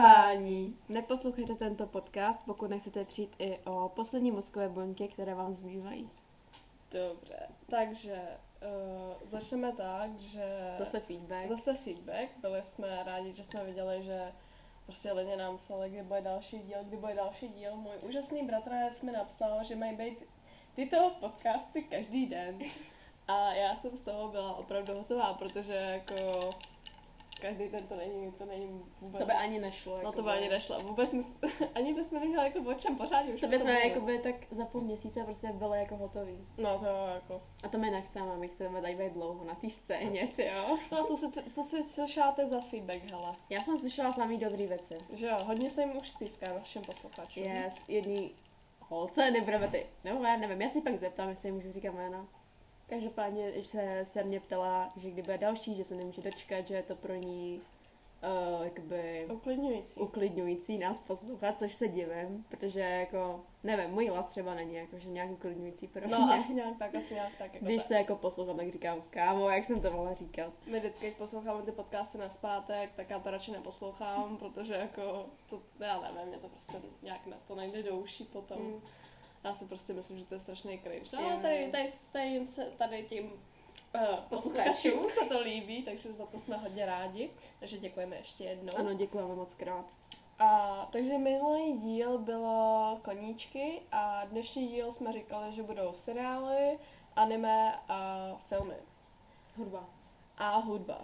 Varování. Neposlouchejte tento podcast, pokud nechcete přijít i o poslední mozkové buňky, které vám zbývají. Dobře, takže uh, začneme tak, že... Zase feedback. Zase feedback. Byli jsme rádi, že jsme viděli, že prostě lidé nám psali, kdy bude další díl, kdy bude další díl. Můj úžasný bratranec mi napsal, že mají být tyto podcasty každý den. A já jsem z toho byla opravdu hotová, protože jako každý den to není, to není vůbec... To by ani nešlo. No to by ani nešlo. Vůbec mys... ani bychom neměli jako o čem pořádně. už To o by tom jsme mluvit. jako byli tak za půl měsíce prostě byli jako hotoví. No to jako... A to my nechceme, my chceme tady být dlouho na té scéně, ty jo. No a co si, co si slyšáte za feedback, hele? Já jsem slyšela samý dobrý věci. Že jo, hodně se jim už stýská našim posluchačům. Yes, jedný holce, nebudeme ty. No, já nevím, já si pak zeptám, jestli můžu říkat jména. Každopádně že se, se mě ptala, že kdy bude další, že se nemůže dočkat, že je to pro ní uh, jakoby Uklidňující. uklidňující nás poslouchat, což se divím, protože jako, nevím, můj hlas třeba není jako, že nějak uklidňující pro No, mě. asi nějak tak, asi nějak tak. Jako Když tak. se jako poslouchám, tak říkám, kámo, jak jsem to mohla říkat. My vždycky, jak posloucháme ty podcasty na zpátek, tak já to radši neposlouchám, protože jako, to, já nevím, mě to prostě nějak ne, to nejde do uší potom. Mm. Já si prostě myslím, že to je strašný cringe. No, Já ale tady, nevím. tady, tady, jim se, tady tím uh, posluchačům Posluchačům. se to líbí, takže za to jsme hodně rádi. Takže děkujeme ještě jednou. Ano, děkujeme moc krát. A, takže minulý díl bylo koníčky a dnešní díl jsme říkali, že budou seriály, anime a filmy Hudba. a hudba.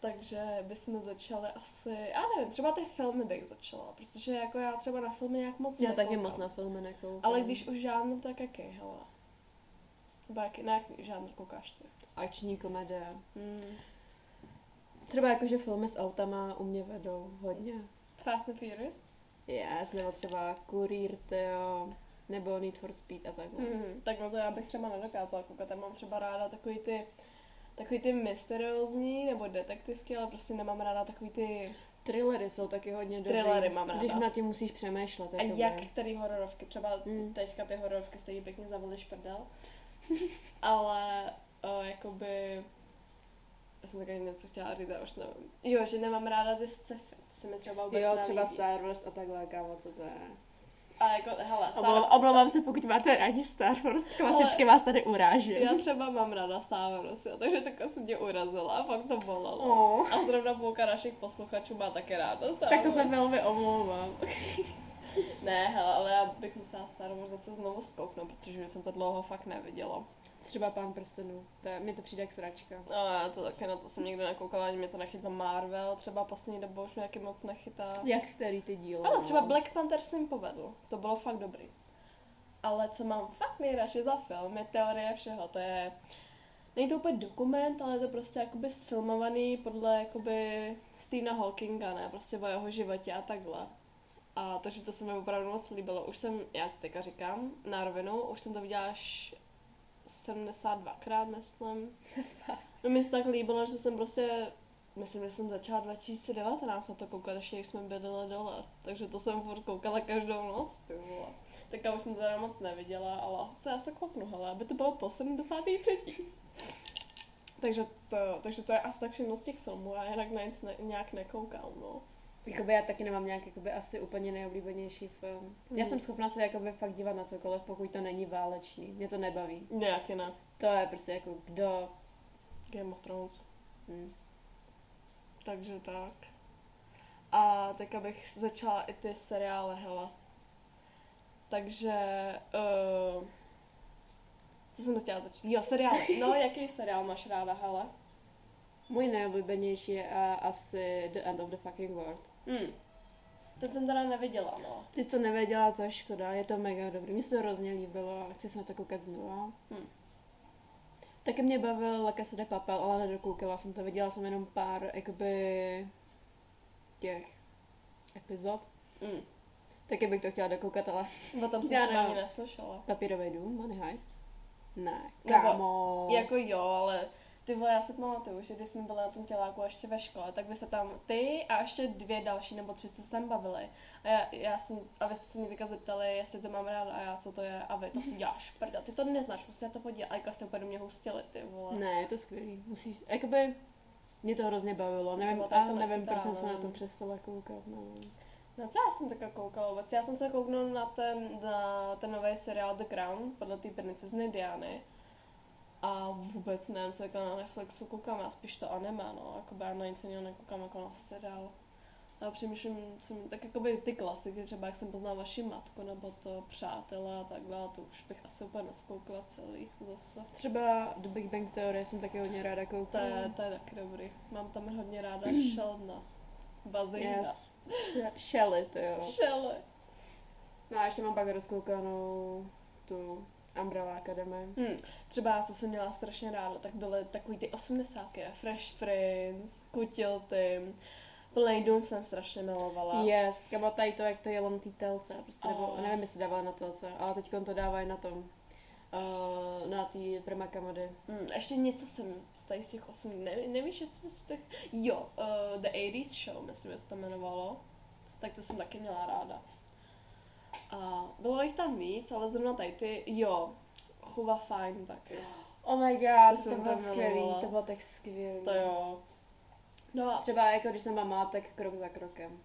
Takže bychom začali asi, já nevím, třeba ty filmy bych začala, protože jako já třeba na filmy nějak moc Já taky nekoukám. moc na filmy nekoukám. Ale když už žánr, tak jaký, hele? Nebo jaký, na jaký žánr koukáš ty? Akční komedie. Hmm. Třeba jakože filmy s autama u mě vedou hodně. Fast and Furious? Yes, nebo třeba Kurýr, tyjo, nebo Need for Speed a takhle. Mm, tak no to já bych třeba nedokázala koukat, já mám třeba ráda takový ty takový ty mysteriózní nebo detektivky, ale prostě nemám ráda takový ty... Thrillery jsou taky hodně dobrý. Thrillery mám ráda. Když nad tím musíš přemýšlet. A jakoby. jak tady hororovky, třeba Mm. teďka ty hororovky stojí pěkně za voliš prdel, ale uh, jakoby... Já jsem taky něco chtěla říct, já už nevím. Jo, že nemám ráda ty sci-fi, to se mi třeba vůbec Jo, nelíbí. třeba Star Wars a takhle, kámo, co to je. A jako, hele, Omlouvám- Omlouvám se, pokud máte rádi Star Wars, klasicky vás tady uráží. Já třeba mám ráda Star Wars, jo, takže takhle se mě urazila a fakt to bolelo. Oh. A zrovna půlka našich posluchačů má také ráda Star Tak to Wars. se velmi omlouvám. Ne, hele, ale já bych musela Star Wars zase znovu zkouknout, protože už jsem to dlouho fakt neviděla. Třeba pán prstenů. To je, mi to přijde jak sračka. No, já to také na to jsem nikdy nekoukala, ani mě to nechytlo Marvel, třeba poslední dobou už mě taky moc nechytá. Jak který ty díly? Ale no? třeba Black Panther s ním povedl, to bylo fakt dobrý. Ale co mám fakt nejradši za film, je teorie všeho, to je... Není to úplně dokument, ale je to prostě jakoby sfilmovaný podle jakoby Stephena Hawkinga, ne? Prostě o jeho životě a takhle. A takže to se mi opravdu moc líbilo. Už jsem, já ti teďka říkám, na rovinu, už jsem to viděla až 72krát, myslím. No mi se tak líbilo, že jsem prostě Myslím, že jsem začala 2019 na to koukat, ještě jak jsme bydleli dole. Takže to jsem furt koukala každou noc, ty vole. Tak já už jsem teda moc neviděla, ale asi se asi kouknu, hele, aby to bylo po 73. takže, to, takže to je asi tak všechno z těch filmů, já jinak na nic ne, nějak nekoukám, no. Jakoby já taky nemám nějak jakoby asi úplně nejoblíbenější film. Já jsem schopna se jakoby fakt dívat na cokoliv, pokud to není válečný. Mě to nebaví. Nějaký ne. To je prostě jako kdo... Game of Thrones. Hm. Takže tak. A tak abych začala i ty seriály, hele. Takže... Uh, co jsem to chtěla začít? Jo, seriály. No, jaký seriál máš ráda, hele? Můj nejoblíbenější je eh, asi The End of the Fucking World. Hmm. Ten jsem teda neviděla, no. Ty jsi to nevěděla, co je škoda, je to mega dobrý. Mně se to hrozně líbilo a chci se na to koukat znova. Hm. Taky mě bavil La Casa de Papel, ale nedokoukala jsem to. Viděla jsem jenom pár, jakoby, těch epizod. Hmm. Taky bych to chtěla dokoukat, ale O tom jsem Já třeba ani nevím. neslyšela. Papírový dům, Money Heist? Ne, Nebo- kámo. Jako jo, ale ty vole, já si pamatuju, že když jsme byli na tom těláku ještě ve škole, tak by se tam ty a ještě dvě další nebo tři jste se tam bavili. A, já, já jsem, a vy jste se mě teďka zeptali, jestli to mám ráda a já, co to je. A vy, to si děláš prda, ty to neznáš, musíš na to podívat. A jaka jste úplně do mě hustili, ty vole. Ne, je to skvělý. Musíš, jakoby, Mě to hrozně bavilo, Jsem nevím, byla a takto nevím, proč jsem se nachytána, na to no. přestala koukat, no. Na co já jsem takhle koukala vůbec? Já jsem se kouknula na ten, na ten nový seriál The Crown podle té princezny Diany. A vůbec nevím, co jako na Netflixu koukám, já spíš to anime, no. Jakoby já na nic jiného nekoukám jako na seriál. A přemýšlím, co mi, tak jakoby ty klasiky, třeba jak jsem poznala vaši matku, nebo to přátelé a tak dále, to už bych asi úplně neskoukala celý zase. Třeba The Big Bang Theory jsem taky hodně ráda To koukala. je, to je taky dobrý. Mám tam hodně ráda Sheldona. Bazina. Yes. Sh- Shelly, to jo. Yes. Shelley. No a ještě mám pak rozkoukanou tu Umbrella Academy. Hmm. Třeba, co jsem měla strašně ráda, tak byly takový ty osmdesátky, Fresh Prince, Kutil Tim. Plný dům jsem strašně milovala. Yes, kamo tady to, jak to jelo na té telce, prostě, nebo Oh. nevím, jestli dávala na telce, ale teď to dávají na tom, uh, na té prima komedy. Hmm, ještě něco jsem z tady z těch osm, ne, nevíš, jestli to z těch, jo, uh, The 80s Show, myslím, že se to jmenovalo. Tak to jsem taky měla ráda. A bylo jich tam víc, ale zrovna tady ty, jo, Chuva fajn taky. Oh my god, To to, jsem bylo tam skvělý, milovala. to bylo tak skvělý. To jo. No a Třeba jako když jsem byla malá, tak krok za krokem.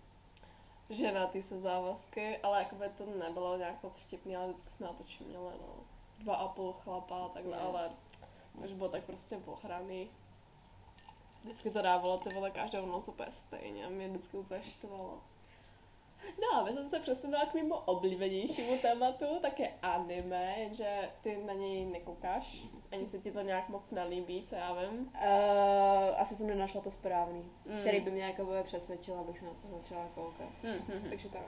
ženatý se závazky, ale jakoby to nebylo nějak moc vtipný, ale vždycky jsme na to čuměli, no. Dva a půl chlapa a takhle, Yes. yes. ale to už bylo tak prostě pohraný. Vždycky to dávalo ty vole každou noc úplně stejně a mě vždycky úplně štvalo. No a my jsem se přesunula k mému oblíbenějšímu tématu, tak je anime, že ty na něj nekoukáš, ani se ti to nějak moc nelíbí, co já vím. Uh, asi jsem nenašla to správný, Mm. který by Mhm. mě jako přesvědčil, abych se na to začala koukat. Mm-hmm. Takže tak.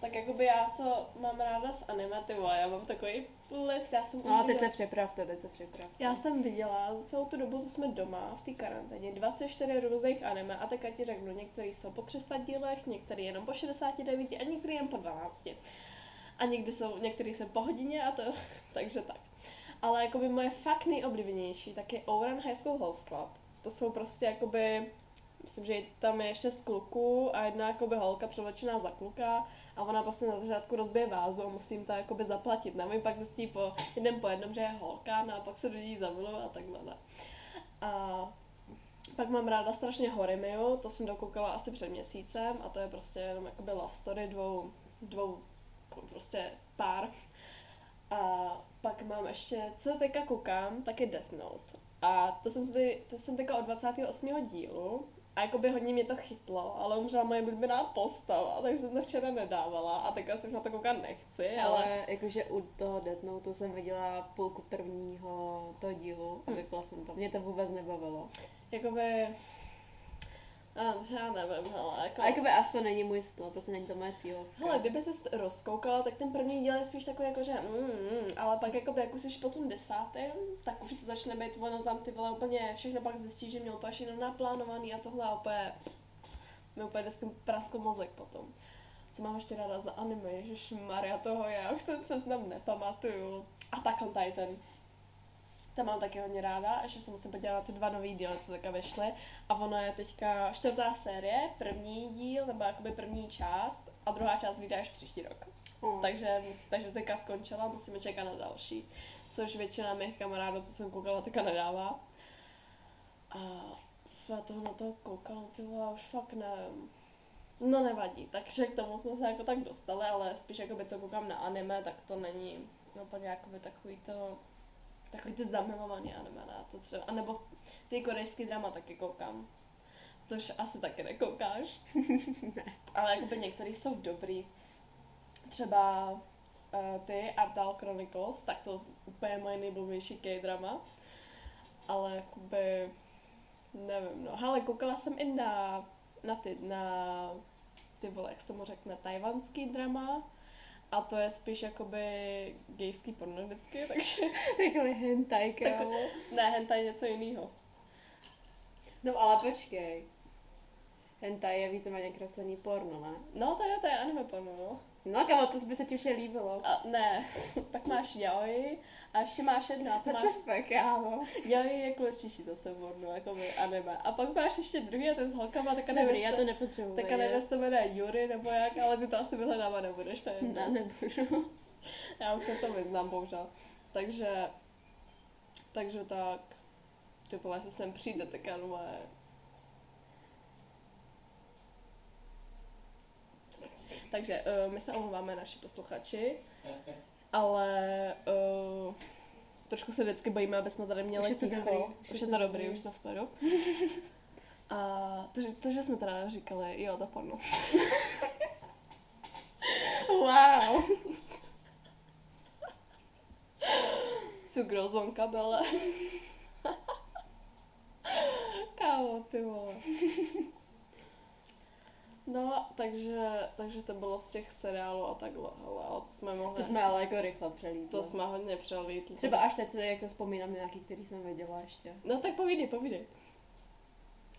Tak jakoby já, co mám ráda z anime, ty vole, já mám takový list, já jsem už No a teď viděla- se přepravte, teď se přepravte. Já jsem viděla za celou tu dobu, co jsme doma v té karanténě, 24 různých anime a tak já ti řeknu, některý jsou po 300 dílech, některý jenom po 69 a některý jenom po 12. A někdy jsou, některý jsou po hodině a to, takže tak. Ale jakoby moje fakt nejoblíbenější, tak je Ouran High School Host Club. To jsou prostě jakoby, myslím, že tam je šest kluků a jedna jakoby holka převlečená za kluka a ona prostě na začátku rozbije vázu a musím to jakoby zaplatit. No, a oni pak zjistí po jeden po jednom, že je holka, no a pak se do ní zamiluje a takhle. No. A pak mám ráda strašně Horimiu, to jsem dokoukala asi před měsícem a to je prostě jenom jakoby love story dvou, dvou jako prostě pár. A pak mám ještě, co teďka koukám, tak je Death Note. A to jsem, zde, to jsem teďka od 28. dílu a jakoby hodně mě to chytlo, ale umřela moje oblíbená postava, takže jsem to včera nedávala a teďka jsem na to koukat nechci, ale... Ale jakože u toho Death Note jsem viděla půlku prvního toho dílu a vypla jsem to. Mě to vůbec nebavilo. Jakoby... A, já nevím, hele, jako... A jakoby asi to není můj styl, prostě není to moje cílovka. Hele, kdyby se rozkoukala, tak ten první díl je spíš takový jako, že mm, mm, ale pak jakoby, jak už jsi po tom desátém, tak už to začne být, ono tam ty vole úplně všechno pak zjistí, že měl úplně jenom naplánovaný a tohle a úplně, mi úplně vždycky praskl mozek potom. Co mám ještě ráda za anime, Ježíš Maria toho, já už ten seznam nepamatuju. A tak on Titan. Tam mám taky hodně ráda, a ještě se musím podívat na ty dva nový díly, co teďka vyšly. A ono je teďka čtvrtá série, první díl, nebo jakoby první část, a druhá část vyjde až příští rok. Mm. Takže, takže teďka skončila, musíme čekat na další. Což většina mých kamarádů, co jsem koukala, teďka nedává. A já toho na to koukala, ty vole, už fakt nevím. No nevadí, takže k tomu jsme se jako tak dostali, ale spíš jakoby co koukám na anime, tak to není úplně jakoby takový to, takový ty zamilovaný anime, ne? to třeba, anebo ty korejský drama taky koukám. Což asi taky nekoukáš. Ale jakoby některý jsou dobrý. Třeba uh, ty Artal Chronicles, tak to úplně moje nejblbější k-drama. Ale jakoby, nevím, no. Hele, koukala jsem i na, na ty, na ty vole, jak se mu řekne, tajvanský drama. A to je spíš jakoby gejský porno vždycky, takže Takový hentai, tak, kámo. ne, hentai je něco jiného. No ale počkej. Hentai je víceméně kreslený porno, ne? No to jo, to je anime porno, no. No kamo, to by se ti vše líbilo. A, ne, pak máš yaoi a ještě máš jedno a to máš... Máš... kámo. Yaoi je jako klučiší zase porno, jako by anime. A pak máš ještě druhý a ten s holkama, tak nevím, Dobrý, jestli- já to nepotřebuji. tak nevím, jestli to jmenuje Yuri nebo jak, ale ty to asi vyhledávat nebudeš, to je jedno. Ne, nebudu. Já už se v tom vyznám, bohužel. Takže, takže tak, ty vole, jestli sem přijde, tak já normálně Takže uh, my se omlouváme naši posluchači, ale uh, trošku se vždycky bojíme, aby jsme tady měli Už je to ticho. dobrý, Už, je to dobrý, už jsme v klidu. A to, že- to, že jsme teda říkali, jo, to porno. Wow. Cukro, zvonka, bele. Kámo, ty vole. No, takže, takže to bylo z těch seriálů a takhle, hele, ale to jsme mohli, To jsme ale jako rychle přelítli. to jsme hodně přelítli. Třeba až teď se jako vzpomínám na nějaký, který jsem viděla ještě. No tak povídej, povídej.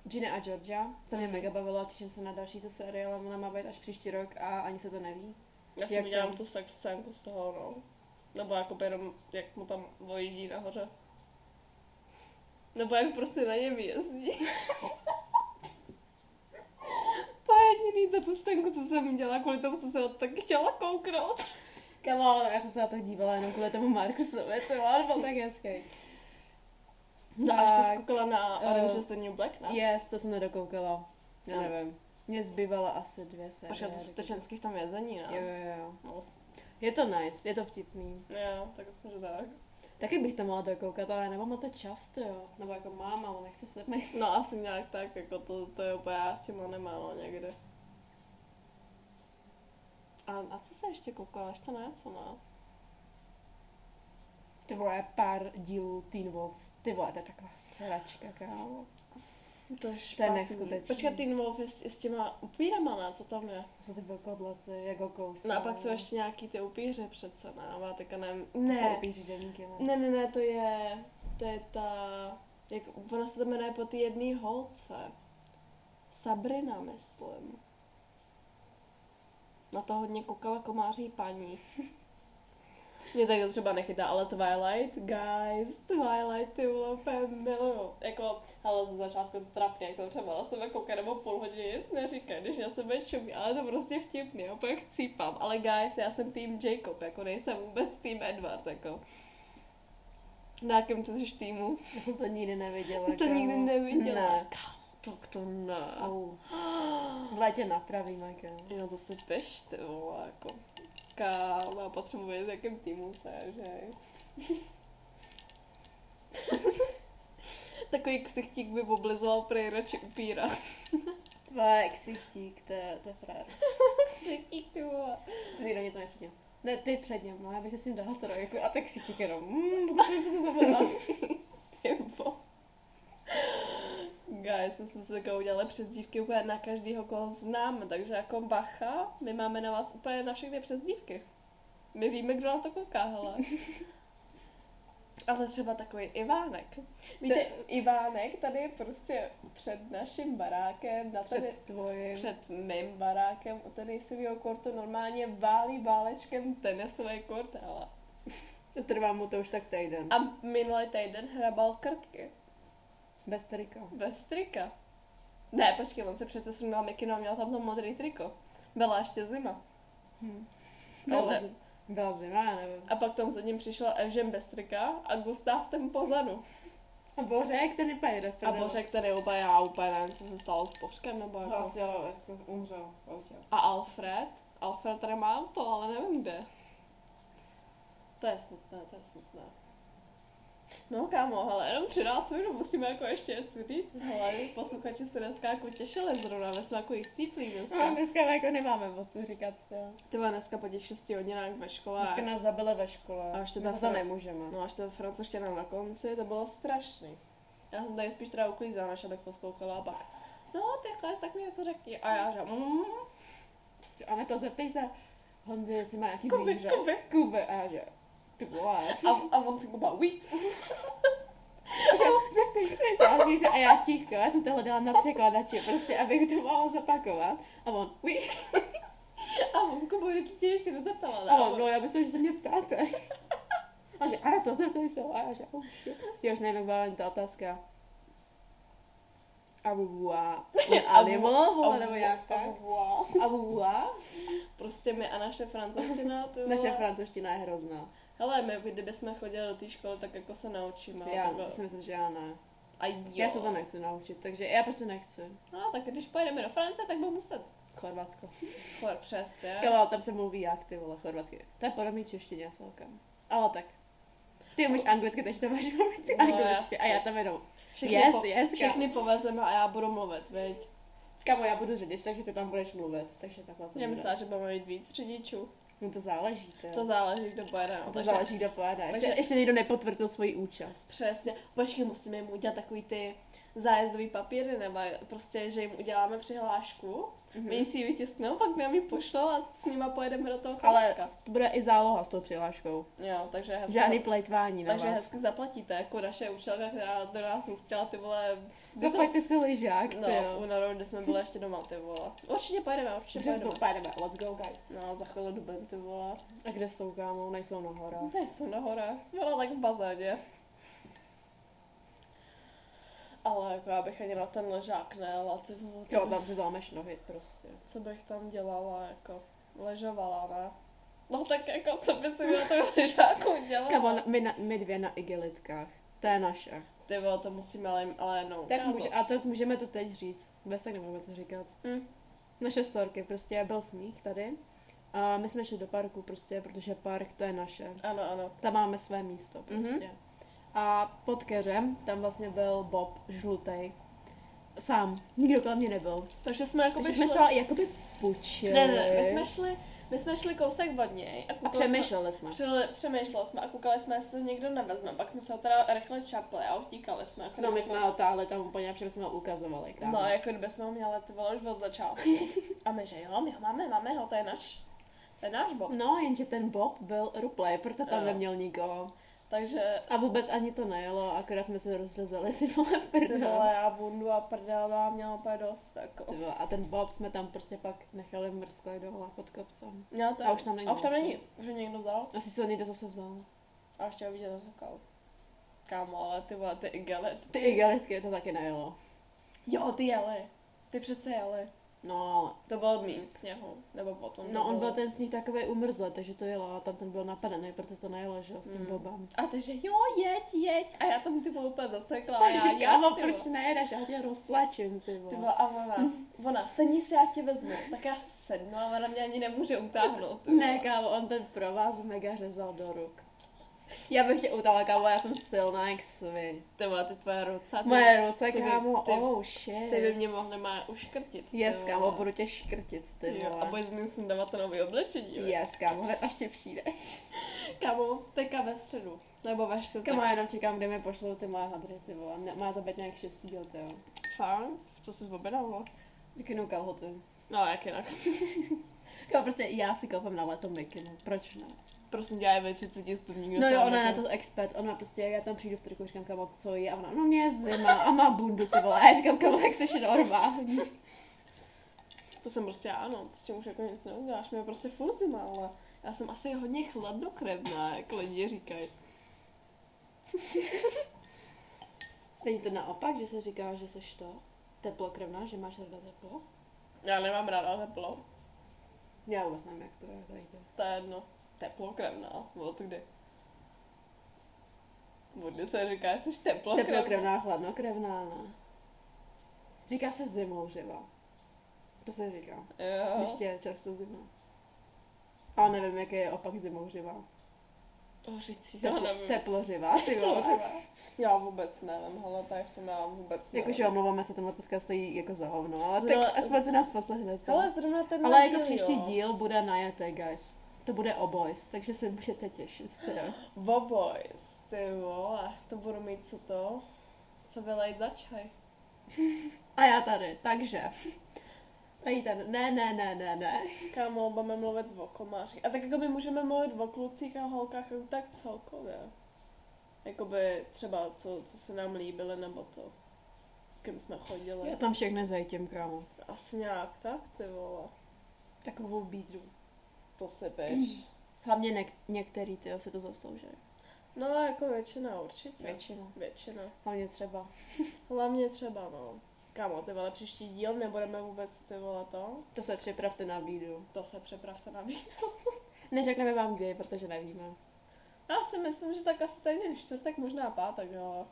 Gina a Georgia, to Mhm. mě mega bavilo, těším se na další tu sérii, ale ona má být až příští rok a ani se to neví. Já si Jak udělám to? tu sex scénku z toho, no. Nebo jako jenom, jak mu tam vojíždí nahoře. Nebo jak prostě na něm jezdí. to je jediný za tu scénku, co jsem dělala, kvůli tomu jsem se na to tak chtěla kouknout. Kamo, já jsem se na to dívala jenom kvůli tomu Markusovi, to jo, on byl tak hezký. No Tak, až se skoukala na eh, Orange is the New Black, ne? Yes, to jsem nedokoukala. Já No. nevím. Mě zbývala asi dvě série. Počkej, to jsou tečenský v tom vězení, ne? Jo, jo, jo. No. Je to nice, je to vtipný. Jo, tak aspoň, že tak. Taky bych to mohla dokoukat, ale nemám na to čas, jo. Nebo jako mám, ale nechci se mi. No asi nějak tak, jako to, to je úplně, já s těma nemám no, někde. A, a co se ještě koukala? Ještě na co, ne? Ty vole, pár dílů Teen Wolf. Ty vole, to je taková sračka, kámo. To je, To je špatný. neskutečný. Počkat, Teen Wolf je s, je s těma upírama, ne? Co tam je? To Jsou ty vlkodlaci, jako kousy. No a pak jsou ještě nějaký ty upíře přece, ne? A teďka nevím. To jsou Ne. upíři dělníky, ne? Ne, ne, ne, to je, to je ta, jak, ona se to jmenuje po té jedné holce. Sabrina, myslím. Na to hodně koukala komáří paní. Mě tak to třeba nechytá, ale Twilight, guys, Twilight, ty vole, úplně miluju. Jako, ale ze začátku to trapně, jako třeba na sebe kouká nebo půl hodiny nic neříká, když na sebe šumí, ale to prostě vtipný, úplně chcípám. Ale guys, já jsem tým Jacob, jako nejsem vůbec tým Edward, jako. Na jakém to jsi týmu? Já jsem to nikdy neviděla. Ty jsi to kámo. nikdy neviděla? Ne. Tak to ne. Au. V létě napravíme, kámo. Jo, to se peš, ty vole, jako. Kámo, já potřebuji vědět, v jakém týmu se, že? Takový ksichtík by oblizoval prej radši upíra. Tvoje ksichtík, to je, to je frér. ksichtík, ty vole. Jsi nikdo něco nepřed něm. Ne, ty před něm, no, já bych se s ním dala trojku. A tak ksichtík jenom, mmm, vůbec nevím, co to zavolá. Ty vole. Guys, my jsme si takové udělali přezdívky úplně na každého, koho známe, takže jako bacha, my máme na vás úplně na všechny přezdívky. My víme, kdo na to kouká, hele. Ale třeba takový Ivánek. Víte, Víte- Ivánek tady je prostě před naším barákem, na tady, Před tvojím. před mým barákem, u tenisového kortu normálně válí válečkem tenisové kort, hele. Trvá mu to už tak týden. A minulý týden hrabal krtky. Bez trika. Bez trika. Ne, počkej, on se přece sundal mikinu a měl tam to modrý triko. Byla ještě zima. Hm. Ale- Byla, byla zima, já nevím. A pak tam za ním přišel Evžen bez trika a Gustav ten pozadu. A Bořek, ten vypadá do A prdele. Bořek tady úplně, já úplně nevím, co se stalo s Bořkem nebo No, jako. asi ale jako umřel v autě. A Alfred? Alfred tady má auto, ale nevím kde. To je smutné, to je smutné. No kámo, hele, jenom 13 minut musíme jako ještě něco říct. Hele, posluchači se dneska jako těšili zrovna, my jsme jako jich cíplí dneska. No, dneska jako nemáme moc co říkat. Jo. Ty vole, dneska po těch 6 hodinách ve škole. Dneska nás zabili ve škole. A ještě My ta za to fra- nemůžeme. No až ta francouzština na konci, to bylo strašný. Já jsem tady spíš teda uklízela, než abych poslouchala a pak, no tyhle, tak mi něco řekni. A já říkám, mm, Ale to zeptej se Honzi, jestli má nějaký Kuby, zvíře. Kuby. Kuby. A já že, ty vole. a, a on tak kuba, uj. A že, zeptej se, jestli má zvíře. A já ticho, já jsem tohle dala na překladači, prostě, abych to mohla zapakovat. A on, uj. A on kuba, ty jsi mě ještě nezeptala, ne? A on, no, já myslím, že se mě ptáte. A že, ale to zeptej se. A já že, oh shit. Já už nevím, jak byla ani ta otázka. A bubua. Animal, vole, nebo nějak tak. tak. A bubua. Prostě my a naše francouzština, ty vole. Naše francouzština je hrozná. Hele, my kdyby jsme chodili do té školy, tak jako se naučíme. ale Já takhle- si myslím, že já ne. A jo. Já se to nechci naučit, takže já prostě nechci. No, tak když pojedeme do Francie, tak budu muset. Chorvatsko. Chor, přesně. Kala, tam se mluví jak ty vole, chorvatsky. To je podobný češtině celkem. Ale tak. Ty umíš anglicky, takže to máš mluvit No, anglicky. A jasně. já tam jenom, Všechny, Yes, po, yes, všechny povezeme a já budu mluvit, viď? kamo, já budu řidič, takže ty tam budeš mluvit. Takže takhle to bude. Já myslela, že budeme mít víc řidičů. No to záleží, to, To záleží, kdo bude. No. to Takže- záleží, kdo pojede. Ještě, takže- ještě někdo nepotvrdil svoji účast. Přesně. Počkej, musíme jim udělat takový ty zájezdový papíry, nebo prostě, že jim uděláme přihlášku. Mhm. Mm-hmm. Oni si ji vytisknou, pak nám ji pošlou a s nima pojedeme do toho Ale Chorvatska. to bude i záloha s tou přihláškou. Jo, takže hezky. Žádný plejtvání na takže vás. hezky zaplatíte, jako naše učitelka, která do nás nustila ty vole... kdy to- Zaplaťte si lyžák, ty No, v jo. únoru, kdy jsme byli ještě doma, ty vole. Určitě pojedeme, určitě Přesně, pojedeme. pojedeme, let's go guys. No, za chvíli duben, ty vole. A kde jsou, kámo? Nejsou na horách. Nejsem na horách, byla tak v bazéně. Ale jako já bych ani na ten ležák nejela, ty vole, co, Jo, bych, tam si zlámeš nohy prostě. co bych tam dělala, jako ležovala, ne? No tak jako, co by si na tom ležáku Kamo, dělala? na- my, na, my dvě na igelitkách. To je naše. Ty vole, to musíme ale, ale no. Tak může, a tak můžeme to teď říct. Bez tak nemůžeme co říkat. Mm. Naše storky, prostě byl sníh tady. A my jsme šli do parku prostě, protože park to je naše. Ano, ano. Tam máme své místo Mhm. prostě. Mm-hmm. A pod keřem tam vlastně byl Bob žlutej. Sám. Nikdo kolem mě nebyl. Takže jsme jako Takže by jsme šli... se ale jakoby pučili. Ne, ne, my jsme šli, my jsme šli kousek od něj a, A koukali jsme- přemýšleli jsme. Přele- Přemýšleli jsme a koukali jsme, jestli někdo nevezme. Pak jsme se ho teda rychle čapli a utíkali jsme. Jako No my kdyby jsme ho táhli tam úplně, protože jsme ho ukazovali. Kámo. No, jako kdyby jsme ho měli ty vole už od začátku. A my, že jo, my ho máme, máme ho, to je náš. To je náš bob. No, jenže ten Bob byl ruplej, proto tam Jo. neměl nikoho. Takže A vůbec ani to nejelo, akorát jsme se rozřezali ty vole v ty prdele. vole, já bundu a prdel a měla úplně dost. Jako. Ty vole, A ten Bob jsme tam prostě pak nechali mrskle dole pod kopcem. Měla to, A už tam není A už tam vlastně. není, už ho někdo vzal. Asi se ho někdo zase vzal. A ještě ho viděl, říkal. Kámo, ale ty vole, ty igelet. Ty igelitky to taky nejelo. Jo, ty jeli. Ty přece jeli. No, ale- To bylo mín sněhu, nebo potom. no to on byl bylo- ten sníh takový umrzlý, takže to jelo a tam ten byl napadený, proto to nejelo, že jo, s tím Mm. Bobem. A ty, že jo, jeď, jeď. A já tam ty vole úplně zasekla. a já, Takže kámo, ty vole. proč nejedeš, já tě roztlačím, ty Ty vole. vole, a ona, ona, sedni se, já tě vezmu. Tak já si sednu a ona mě ani nemůže utáhnout. ty vole. Ne, kámo, on ten provaz mega řezal do ruk. Já bych tě utala, kámo, já jsem silná jak svin. Ty vole, ty tvoje ruce. Ty, Moje ruce, ty by- kámo, ty- oh shit. ty by mě mohly má uškrtit. ty Yes, vole. kámo, budu tě škrtit, ty Jo, vole. a budeš mi sundávat to nové oblečení. vole. Yes, kámo, hned až tě přijde. Kámo, teďka ve středu. Nebo ve čtvrtek. Kámo, já jenom čekám, kde mi pošlou ty moje hadry, ty vole. Ne- Má to být nějak šestýho, ty jo. Fakt? Co jsi objednala? Mikinu kalhoty. No, jak jinak. Kámo, prostě já si koupím na leto mikinu, proč ne? Prosím, dělej ve 30 stupňů. No jo, ona je na jako- to expert, ona prostě, já tam přijdu v triku, říkám, kámo, co je, a ona, no mě je zima a má bundu, ty vole. A já říkám, kámo, jak seš normální. To jsem prostě já, no, s čím už jako nic neuděláš, mě je prostě furt zima, ale já jsem asi hodně chladnokrevná, jak lidi říkají. Není to naopak, že se říká, že seš to teplokrevná, že máš rada teplo? Já nemám ráda teplo, Já vůbec nevím, jak to je, tady to. to je jedno. Teplokrevná, od kdy? Od kdy se říká, že jsi teplokrevná. Teplokrevná, chladnokrevná, ne. Říká se zimouřiva. To se říká. Jo. Když tě je často zima. Ale nevím, jaký je opak zimouřiva. Ořicí, já Tepl- nevím. teplořiva, ty vole. Teplokrevná. Já vůbec nevím, hele, tady v tom já vůbec nevím. Jakože omlouváme se, tenhle podcast stojí jako za hovno, ale Zrovna- tak aspoň si nás poslechnete. Hele, zrovna ten Ale jako příští díl bude najeté, guys. To bude o boys, takže se můžete těšit teda. Boboys, ty vole, to budu mít co to? Co vylejt za čaj? A já tady, takže. Tady ten, ne, ne, ne, ne, ne. Kámo, budeme mluvit o komářích. A tak jako my můžeme mluvit o klucích a holkách jako tak celkově. Jakoby třeba co, co se nám líbilo, nebo to, s kým jsme Já chodili. tam všechny zajtím, kámo. Asi nějak tak, ty vole. Takovou bídu. To si peš. Hlavně něk- některý, ty se to zaslouží. No, jako většina určitě. Většina. Většina. Hlavně třeba. Hlavně třeba, no. Kámo, ty vole, příští díl nebudeme vůbec ty vole to. To se připravte na bídu. To se přepravte na víc. Neřekneme vám kdy, protože nevíme. Já si myslím, že tak asi ten čtvrtek, možná pátek, ale.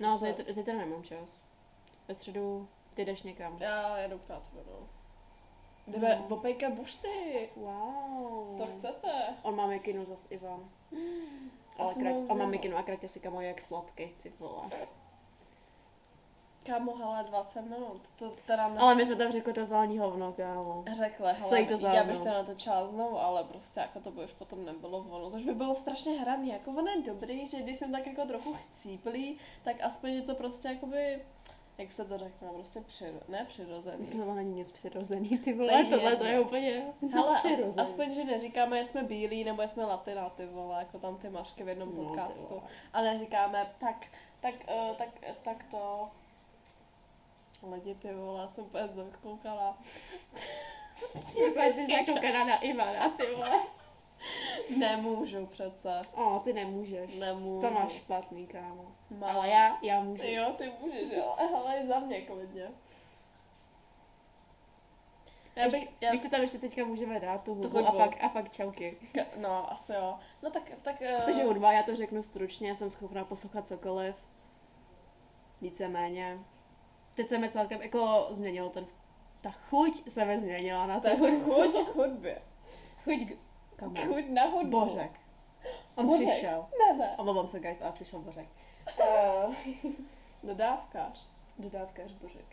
No, Jsme- zítra, zítra nemám čas. Ve středu, ty jdeš někam. Já jedu k tátovi, no. Jdeme Hmm. no. vopejka bušty. Wow. To chcete? On má mikinu zas Ivan. Já Ale jsem krat, ho on má vzala. mikinu a kratě si kamo jak sladký, ty vole. Kámo, hele, 20 minut. To teda na... Ale my jsme tam řekli to zální hovno, kámo. Řekle, Co hele, jí to já zaujalo? bych to natočila znovu, ale prostě jako to by už potom nebylo ono, což by bylo strašně hraný, jako ono je dobrý, že když jsem tak jako trochu chcíplý, tak aspoň je to prostě jakoby, jak se to řekne, prostě přiro... ne přirozený. To není nic přirozený, ty To vole, je tohle to jedno. je úplně Hele, as, No, přirozený. aspoň, že neříkáme, že jsme bílí nebo jsme latina, ty vole, jako tam ty mařky v jednom No, ty podcastu. vole. Ale říkáme, tak, tak, eh, tak, tak to... Lidi, ty vole, jsem úplně zokoukala. Myslíš, že jsi zakoukaná na Ivana, ty vole. Nemůžu přece. O, ty nemůžeš. Nemůžu. To máš špatný, kámo. Mám. Ale já, já můžu. Jo, ty můžeš, jo. Hele, za mě klidně. Já bych, já, Víš, co tam ještě teďka můžeme dát, tu hudbu, hudbu. a pak, a pak čauky. k- no, asi jo. No tak, tak... eh, Takže hudba, já to řeknu stručně, já jsem schopná poslouchat cokoliv. Víceméně. Teď se mi celkem jako změnil ten... Ta chuť se mi změnila na tak ten chuť k hudbě. Chuť k... Kam? Chuť na hudbu. Bořek. On Bořek. přišel. Ne, ne. Omlouvám se, guys, ale přišel Bořek. Eh. Dodávkář. Dodávkář Bořek.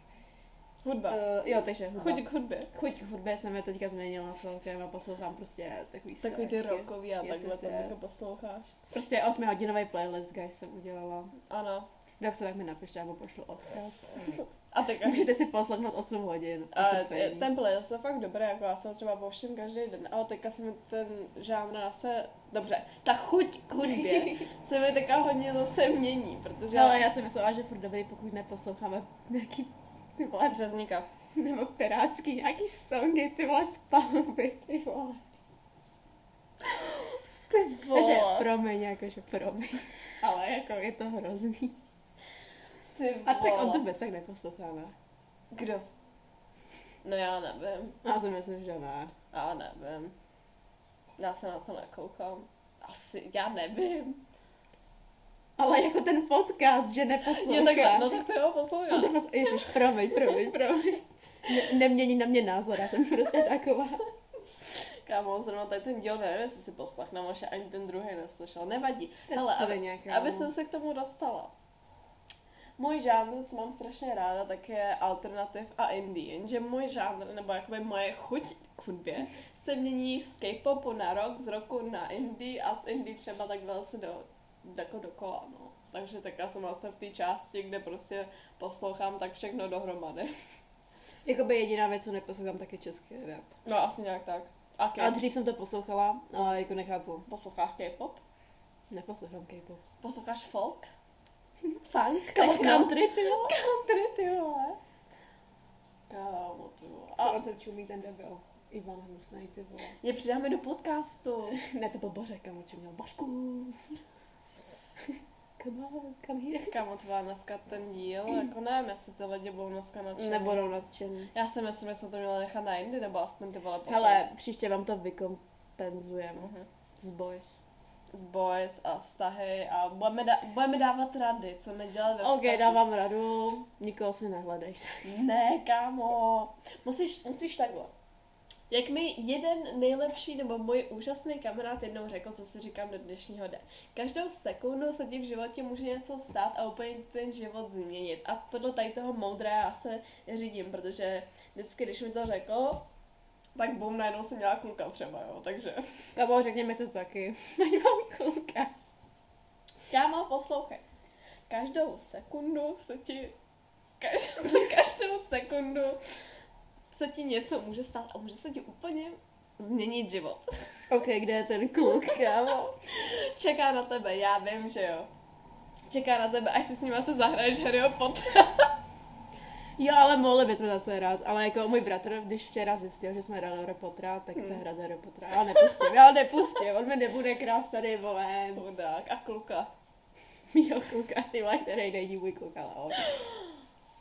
Hudba. Uh, jo, takže hudba. Chuť k hudbě. Chuť k hudbě se mi teďka změnila celkem a poslouchám prostě takový Takový ty sračky. rokový a Yes, takhle yes, tam yes. jako posloucháš. Prostě 8 hodinový playlist, guys, jsem udělala. Ano. Kdo chce, tak mi napište, nebo pošlu odkaz. A tak Můžete si poslechnout 8 hodin. A Je to je- pěkný. ten playlist je fakt dobrý, jako já se ho třeba pouštím každý den, ale teďka se mi ten žánr se... Dobře, ta chuť k hudbě se mi teďka hodně zase mění, protože... No, Ale já jsem myslela, že furt dobrý, pokud neposloucháme nějaký ty vole, Řezníka. nebo pirátský nějaký songy, ty vole, z paluby, ty vole. Ty Takže vole. promiň, jakože promiň, ale jako je to hrozný. Ty vole. A tak on to bez tak neposloucháme. Kdo? No já nevím. Já si myslím, že ne. Já nevím. Já se na to nekoukám. Asi, já nevím. Ale jako ten podcast, že neposlouchá. Jo, takhle, no tak to jo, poslouchám. On to pos... Ježiš, promiň, promiň, promiň. Ne- nemění na mě názor, já jsem prostě taková. Kámo, zrovna tady ten díl nevím, jestli si poslechne, možná ani ten druhý neslyšel. Nevadí. To je Hele, aby- no. svině, kámo. Aby jsem se k tomu dostala. Můj žánr, co mám strašně ráda, tak je alternativ a indie. Jenže můj žánr, nebo jakoby moje chuť k hudbě, se mění z K-popu na rock, z roku na indie a z indie třeba tak se do, jako dokola, no. Takže tak já jsem vlastně v té části, kde prostě poslouchám tak všechno dohromady. Jakoby jediná věc, co neposlouchám, tak je český rap. No asi nějak tak. A A K- dřív jsem to poslouchala, ale jako nechápu. posloucháš K-pop? Neposlouchám K-pop. Posloucháš folk? Funk? Kámo, techno? country, ty jo? Country, ty vole. Kámo, ty vole. A A co čumí ten debil? Ivan Hnusnej, ty vole. je přidáme do podcastu. Ne, to byl Bořek, kam čím měl Božku. Come on, come here. Kámo, ty vole, dneska ten díl, jako nevím, jestli ty lidi budou dneska nadšený. Nebudou nadšený. Já si myslím, že jsem to měla nechat na jindy, nebo aspoň ty vole potom. Hele, příště vám to vykompenzujeme. Mhm. Z boys. Z boys a vztahy a budeme, da- budeme dávat rady, co nedělat ve Ok, vztazích. dávám radu, nikoho si nehledejte. Ne, kámo. Musíš, musíš takhle. Jak mi jeden nejlepší nebo můj úžasný kamarád jednou řekl, co si říkám do dnešního dne. Každou sekundu se ti v životě může něco stát a úplně ten život změnit. A podle tady toho moudré já se řídím, protože vždycky, když mi to řekl, tak bum, najednou jsem měla kluka třeba, jo, takže... Kamo, řekněme to taky. Ať mám kluka. Kámo, poslouchej. Každou sekundu se ti... Každou, každou sekundu se ti něco může stát a může se ti úplně změnit život. Ok, kde je ten kluk, kámo? Čeká na tebe, já vím, že jo. Čeká na tebe, až si s ním se zahraješ Harryho Potter. Jo, ale mohli bychom zase hrát, ale jako můj bratr, když včera zjistil, že jsme hrali Harry Pottera, tak chce hrát Harry Pottera, ale nepustím, já ho nepustím, on mi nebude krást tady, vole, Chudák a kluka. mýho kluka, ty vole, který není můj kluk, ale on.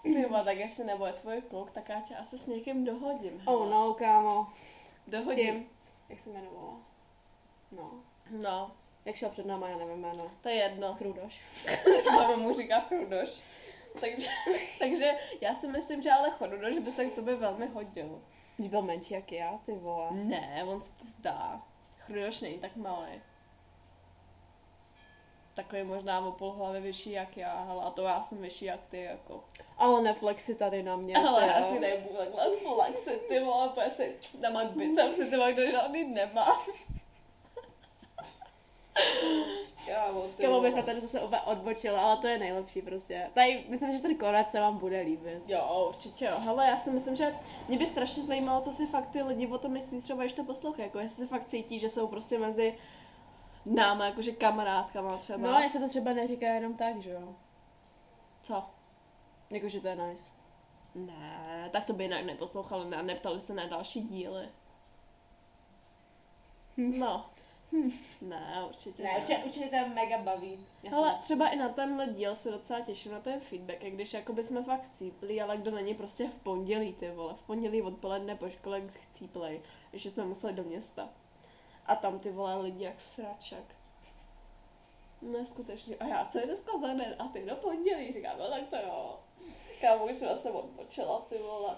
Ty vole, tak jestli nebude tvůj kluk, tak já tě asi s někým dohodím. hele. Oh no, kámo, s dohodím. tím, jak se jmenovala? No, No, jak šel před náma, já nevím jméno. to je jedno. Chrudoš. Mama mu říká chrudoš. takže, takže já si myslím, že ale Chodonoš by se k tobě velmi hodil. Když byl menší jak já, ty vole. Ne, on se to zdá. Chrudoš není tak malý. Takový možná o půl hlavy vyšší jak já, hele, a to já jsem vyšší jak ty, jako. Ale neflexi tady na mě. Hele, ty já jo. asi nebudu takhle flexit, ty vole, protože si na mám bicepsy, ty vole, kdo žádný nemá. Kámo, ty Kamo, my vole. jsme tady zase oba odbočila, ale to je nejlepší prostě. Tady, myslím, že ten konec se vám bude líbit. Jo, určitě jo. Hele, já si myslím, že mě by strašně zajímalo, co si fakt ty lidi o tom myslí, třeba když to poslouchají, jako jestli se fakt cítí, že jsou prostě mezi náma, jakože kamarádkama třeba. No, jestli to třeba neříká jenom tak, že jo. Co? Jakože to je nice. Ne, tak to by jinak neposlouchali a neptali se na další díly. No. Ne, určitě no. ne. určitě to je mega baví. Ale třeba i na tenhle díl se docela těším na ten feedback, i když jakoby jsme fakt cíplí, ale kdo není prostě v pondělí, ty vole, v pondělí odpoledne po škole cíplej, že jsme museli do města. A tam ty vole lidi jak sraček. Neskutečně. A já, co je dneska za den? A ty do pondělí, říkám, no tak to jo. Kámo, už jsem se odpočila, ty vole.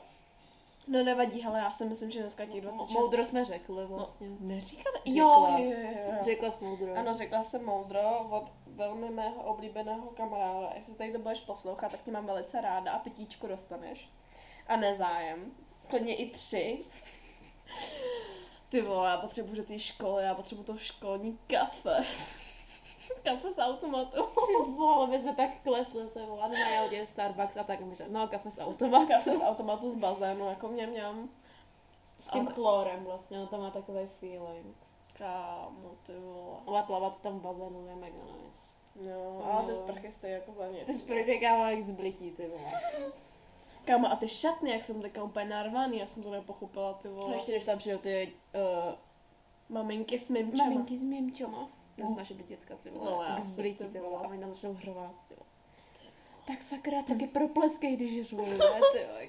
No nevadí, ale já si myslím, že dneska těch 26... Moudro jsme řekli vlastně. Neříkala? Jo, Řekla jo, jsi. jo, jo. Řekla jsi moudro. Ano, řekla jsem moudro od velmi mého oblíbeného kamaráda. Jestli tady to budeš poslouchat, tak tě mám velice ráda a pitíčko dostaneš. A nezájem. Klidně i tři. Ty vole, já potřebuji do té školy, já potřebuji to školní kafe. kafe z automatu. Ty vole, my jsme tak klesli, se volá, nemá děl Starbucks a tak, že no, kafe z automatu. kafe z automatu z bazénu, jako mě mňam. S tím ale- chlorem vlastně, no to má takový feeling. Kámo, ty vole. Ale plavat tam v bazénu je mega nice. No, ale ty No. sprchy stojí jako za nic. Ty sprchy kámo jak zblití, ty vole. Kámo, a ty šatny, jak jsem teďka úplně narvaný, já jsem to nepochopila, ty No vole. ještě když tam přijdou ty uh, Maminky s mým čema. maminky s mým čoma. Neznáš být děcka, ty vole. No, já jak jsem, zblití, ty ty vole. vole. A oni tam začnou hřovat, ty vole. Tak sakra, taky propleskej, když řvu, ne, ty vole.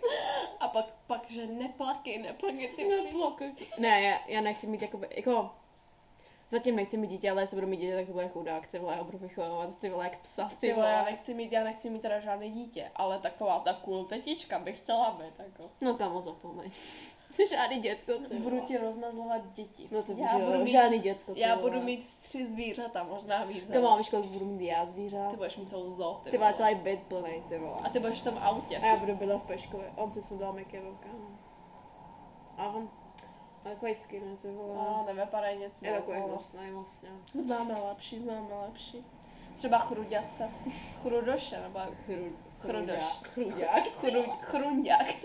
A pak, pak, že neplaky, neplaky, ty Neplaky. Ne, já, já nechci mít jakoby, jako... Zatím nechci mít dítě, ale jestli budu mít dítě, tak to bude chudák, ty vole, já budu vychovávat ty vole jak psa, Ty vole, já nechci mít, já nechci mít teda žádné dítě, ale taková ta cool tetička bych chtěla být, jako. No kamo, zapomeň. Žádný děcko, ty vole. Budu ti rozmazlovat děti. No to já že budu jo, mít, žádný děcko, ty Já vole. budu mít tři zvířata, možná víc. Kamo, ale- a ve školku budu mít já zvířat. Ty budeš mít celou zoo, ty, Ty má vole. celý byt plný, ty vole. A ty budeš v tom autě. A já budu byla v Peškově. On si sundal Mekirovka. A on takový skin, ty No, vole. nevypadá nic Jako Je Mm. takový moc, ale- hnusný, vlastně. Známe lepší, známe lepší. Třeba chruďase. Chrudoše, nebo jak? Chrudoš. Chruďák. Chru- Chrunďák.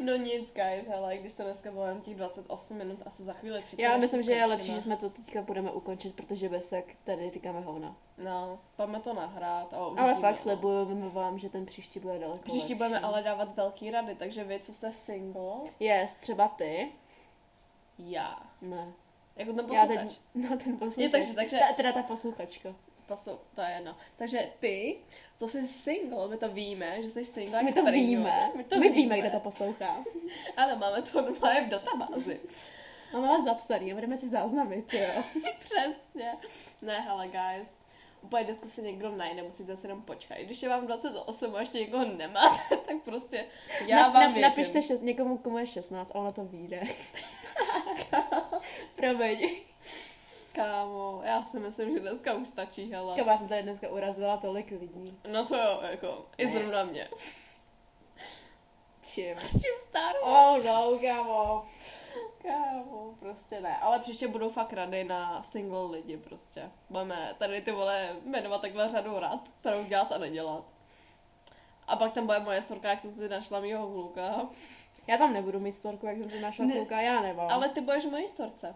No nic, guys, ale když to dneska bylo jenom těch 28 minut, asi za chvíli 30 Já než myslím, to že je skončíme. lepší, že jsme to teďka budeme ukončit, protože bez jak tady říkáme hovna. No, pojďme to nahrát. A uvidíme. Ale fakt slibujeme vám, že ten příští bude daleko Příští lepší. budeme ale dávat velký rady, takže vy, co jste single, Yes, třeba ty. já. Ne. Jako Já ten posluchač. teď, no ten posluchač. Je, takže- takže- Ta, teda ta posluchačka. Pasu, to je jedno. Takže ty, co jsi single, my to víme, že jsi single. jak My to prdel. víme. My to My víme, kdo to poslouchá. Ano, máme to normálně v databázi. Máme vás zapsaný a budeme si záznamy, ty jo. Přesně. Ne, hele, guys. Úplně vždycky si někdo najde, musíte se jenom počkat. I Když je vám 28 a ještě někoho nemáte, tak prostě já Na- vám na- věřím. Napište šest, někomu, komu je 16 a ona to vyjde. Promiň. Kámo, já si myslím, že dneska už stačí, hele. Kam já jsem tady dneska urazila tolik lidí. No to jo, jako, i Ne. zrovna mě. Čím? S tím starou. Oh no, kámo. Kámo, prostě ne. Ale příště budou fakt rady na single lidi prostě. Budeme tady ty vole jmenovat takhle řadu rad, kterou dělat a nedělat. A pak tam bude moje sorka, jak jsem si našla mýho hluka. No. Já tam nebudu mít storku, jak jsem to našla Ne. kluka, já nemám. Ale ty budeš v mojí storce.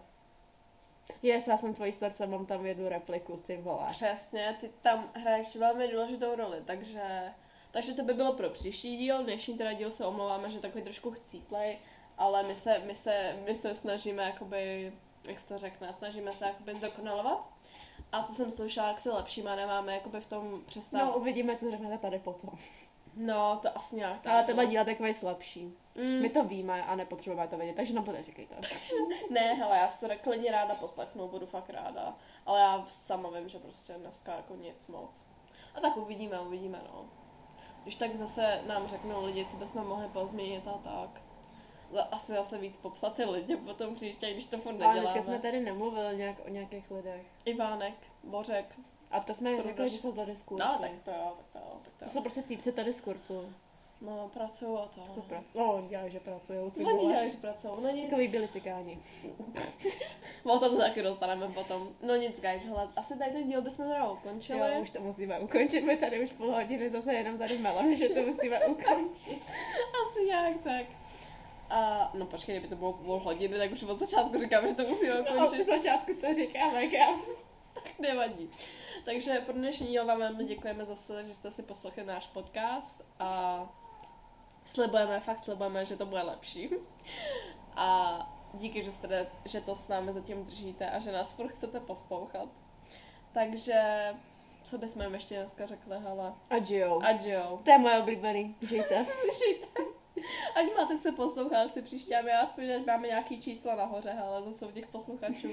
Yes, já jsem tvojí srdce, mám tam jednu repliku, ty vole. Přesně, ty tam hraješ velmi důležitou roli, takže... Takže to by bylo pro příští díl, dnešní teda díl se omlouváme, že takový trošku chcíplej, ale my se, my se, my se snažíme jakoby, jak se to řekne, snažíme se jakoby zdokonalovat. A co jsem slyšela, jak se lepšíme a nemáme jakoby v tom přestávat. No, No, uvidíme, co řeknete tady potom. no, to asi nějak tak. no. Ale tenhle díl je takový slabší. Mm, My to víme a nepotřebujeme to vědět, takže nám to neříkejte. Ne, hele, já si to tak klidně ráda poslechnu, budu fakt ráda. Ale já sama vím, že prostě dneska jako nic moc. A tak uvidíme, uvidíme, no. Když tak zase nám řeknou lidi, co bychom mohli pozměnit a tak. Za- Asi zase víc popsat ty lidi potom příště, když to furt Ale neděláme. dneska jsme tady nemluvili nějak o nějakých lidech. Ivánek, Bořek. A to jsme jim Proč? řekli, že jsou tady skurty. No, tak to jo, tak to jo, tak to To jo. jsou prostě týpci tady z kurtu. No, pracuju a to. To pro... No, dělá, že pracují, ty Oni vole. dělají, že pracují, no nic. Takový byli cikáni. O tom se taky dostaneme potom. No nic, guys, hele, asi tady ten díl bychom teda ukončili. Jo, už to musíme ukončit, my tady už půl hodiny zase jenom tady meleme, že to musíme ukončit. Asi nějak tak. A, no počkej, kdyby to bylo půl hodiny, tak už od začátku říkám, že to musíme No, od ukončit. začátku to říkáme, kam. Nevadí. Takže pro dnešní díl vám velmi děkujeme zase, že jste si poslechli náš podcast a slibujeme, fakt slibujeme, že to bude lepší. A díky, že, jste, že to s námi zatím držíte a že nás furt chcete poslouchat. Takže co bychom jim ještě dneska řekli, hele. Adžijou. Adjo. To je moje oblíbený. Žijte. Slyšíte? Ať máte se posloucháci příště a my aspoň ať máme nějaký číslo nahoře, ale zase u těch posluchačů.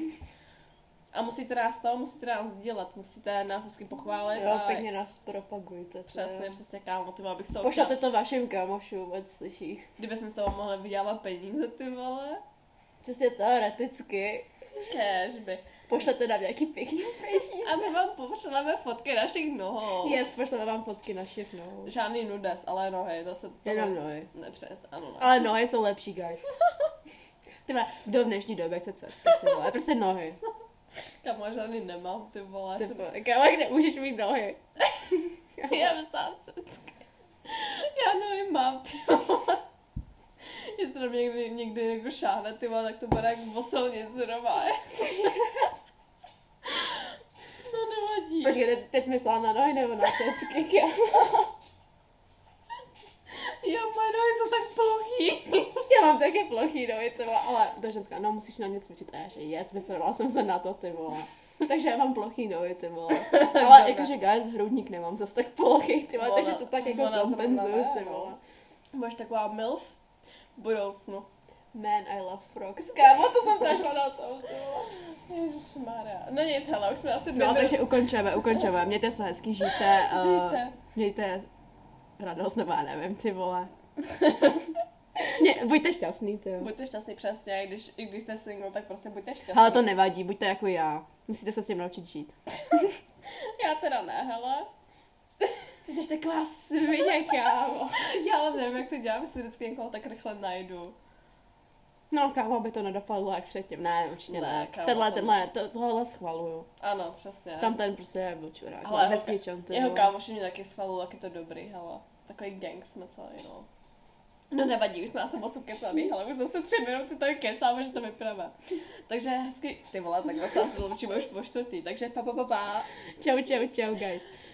A musíte nás to, musíte nás sdílet, musíte nás hezky pochválit. Jo, a pěkně nás propagujte. to Přesně, jo. přesně, kámo, ty vole, abych z toho Pošlete to vašim kamošům, ať slyší. Kdyby jsme z toho mohli vydělávat peníze, ty vole. Přesně teoreticky. Kéž by. Pošlete nám nějaký pěkný peníze. A my vám pošleme fotky našich nohou. Yes, pošleme vám fotky našich nohou. Žádný nudes, ale nohy, to se to Jenom nohy. nepřes, ano. no. Ale nohy jsou lepší, guys. Ty vole, do dnešní doby, jak se cestat, ty vole. Prostě nohy. Kamo, žádný nemám, ty vole. Ty jsem- vole, kámo, jak nemůžeš mít nohy? Já v sáncecky. Já nevím, mám, ty vole. Jestli na mě někdy, někdy někdo šáhne, ty vole, tak to bude jak boselnice doma. No nevadí. Počkej, teď, teď jsi myslela na nohy nebo na cecky, kámo? Jo, moje nohy jsou tak plochý. Já mám také plochý nohy, ty vole, ale to je ženská, no musíš na ně cvičit. A já, že je, myslela jsem se na to, ty vole. Takže já mám plochý nohy, ty vole. Ale Dobré. jakože guys, hrudník nemám zas tak plochý, ty vole, Ona- takže to tak jako ona zrovna kompenzuju, ne, ty no. vole. Budeš taková milf v budoucnu. Man, I love frogs, kámo, to jsem našla na to, ty vole. Ježišmarja. No nic, hele, už jsme asi dvě No, minuty- takže ukončujeme, ukončujeme. Mějte se hezky, žijte. eh, Žijte. Mějte radost, nebo já nevím, ty vole. Mě, buďte šťastný, ty jo. Buďte šťastný přesně, i když, i když jste single, tak prostě buďte šťastný. Ale to nevadí, buďte jako já. Musíte se s tím naučit žít. Já teda ne, hele. Ty jsi taková svině, kámo. Já ale nevím, jak to dělám, jestli vždycky někoho tak rychle najdu. No, kámo, by to nedopadlo jak předtím. Ne, určitě ne. Ne, ne. kámo, tenhle, to- tenhle, to, tohle schvaluju. Ano, přesně. Tam ten prostě je byl čurák. Ale Ale jeho- vesničan, ty Jeho vole. kámoš mě taky svalil, jak je to dobrý, hele. Takový gang jsme celý, no. No nevadí, už jsme asi moc ukecali, ale už zase tři minuty tady kecáme, že to vyprave. Takže hezky, ty vole, takhle se asi loučíme už po čtvrtý, takže pa pa pa pa. Čau, čau, čau, guys.